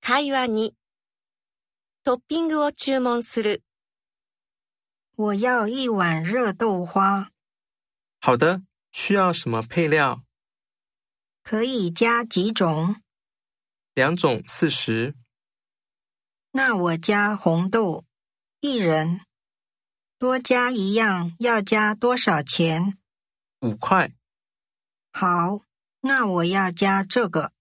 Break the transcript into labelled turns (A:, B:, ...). A: 会話に。トッピングを注文する。
B: 我要一碗热豆花，
C: 好的，需要什么配料？
B: 可以加几种？
C: 两种四十，
B: 那我加红豆，一人。多加一样要加多少钱？
C: 五块。
B: 好，那我要加这个。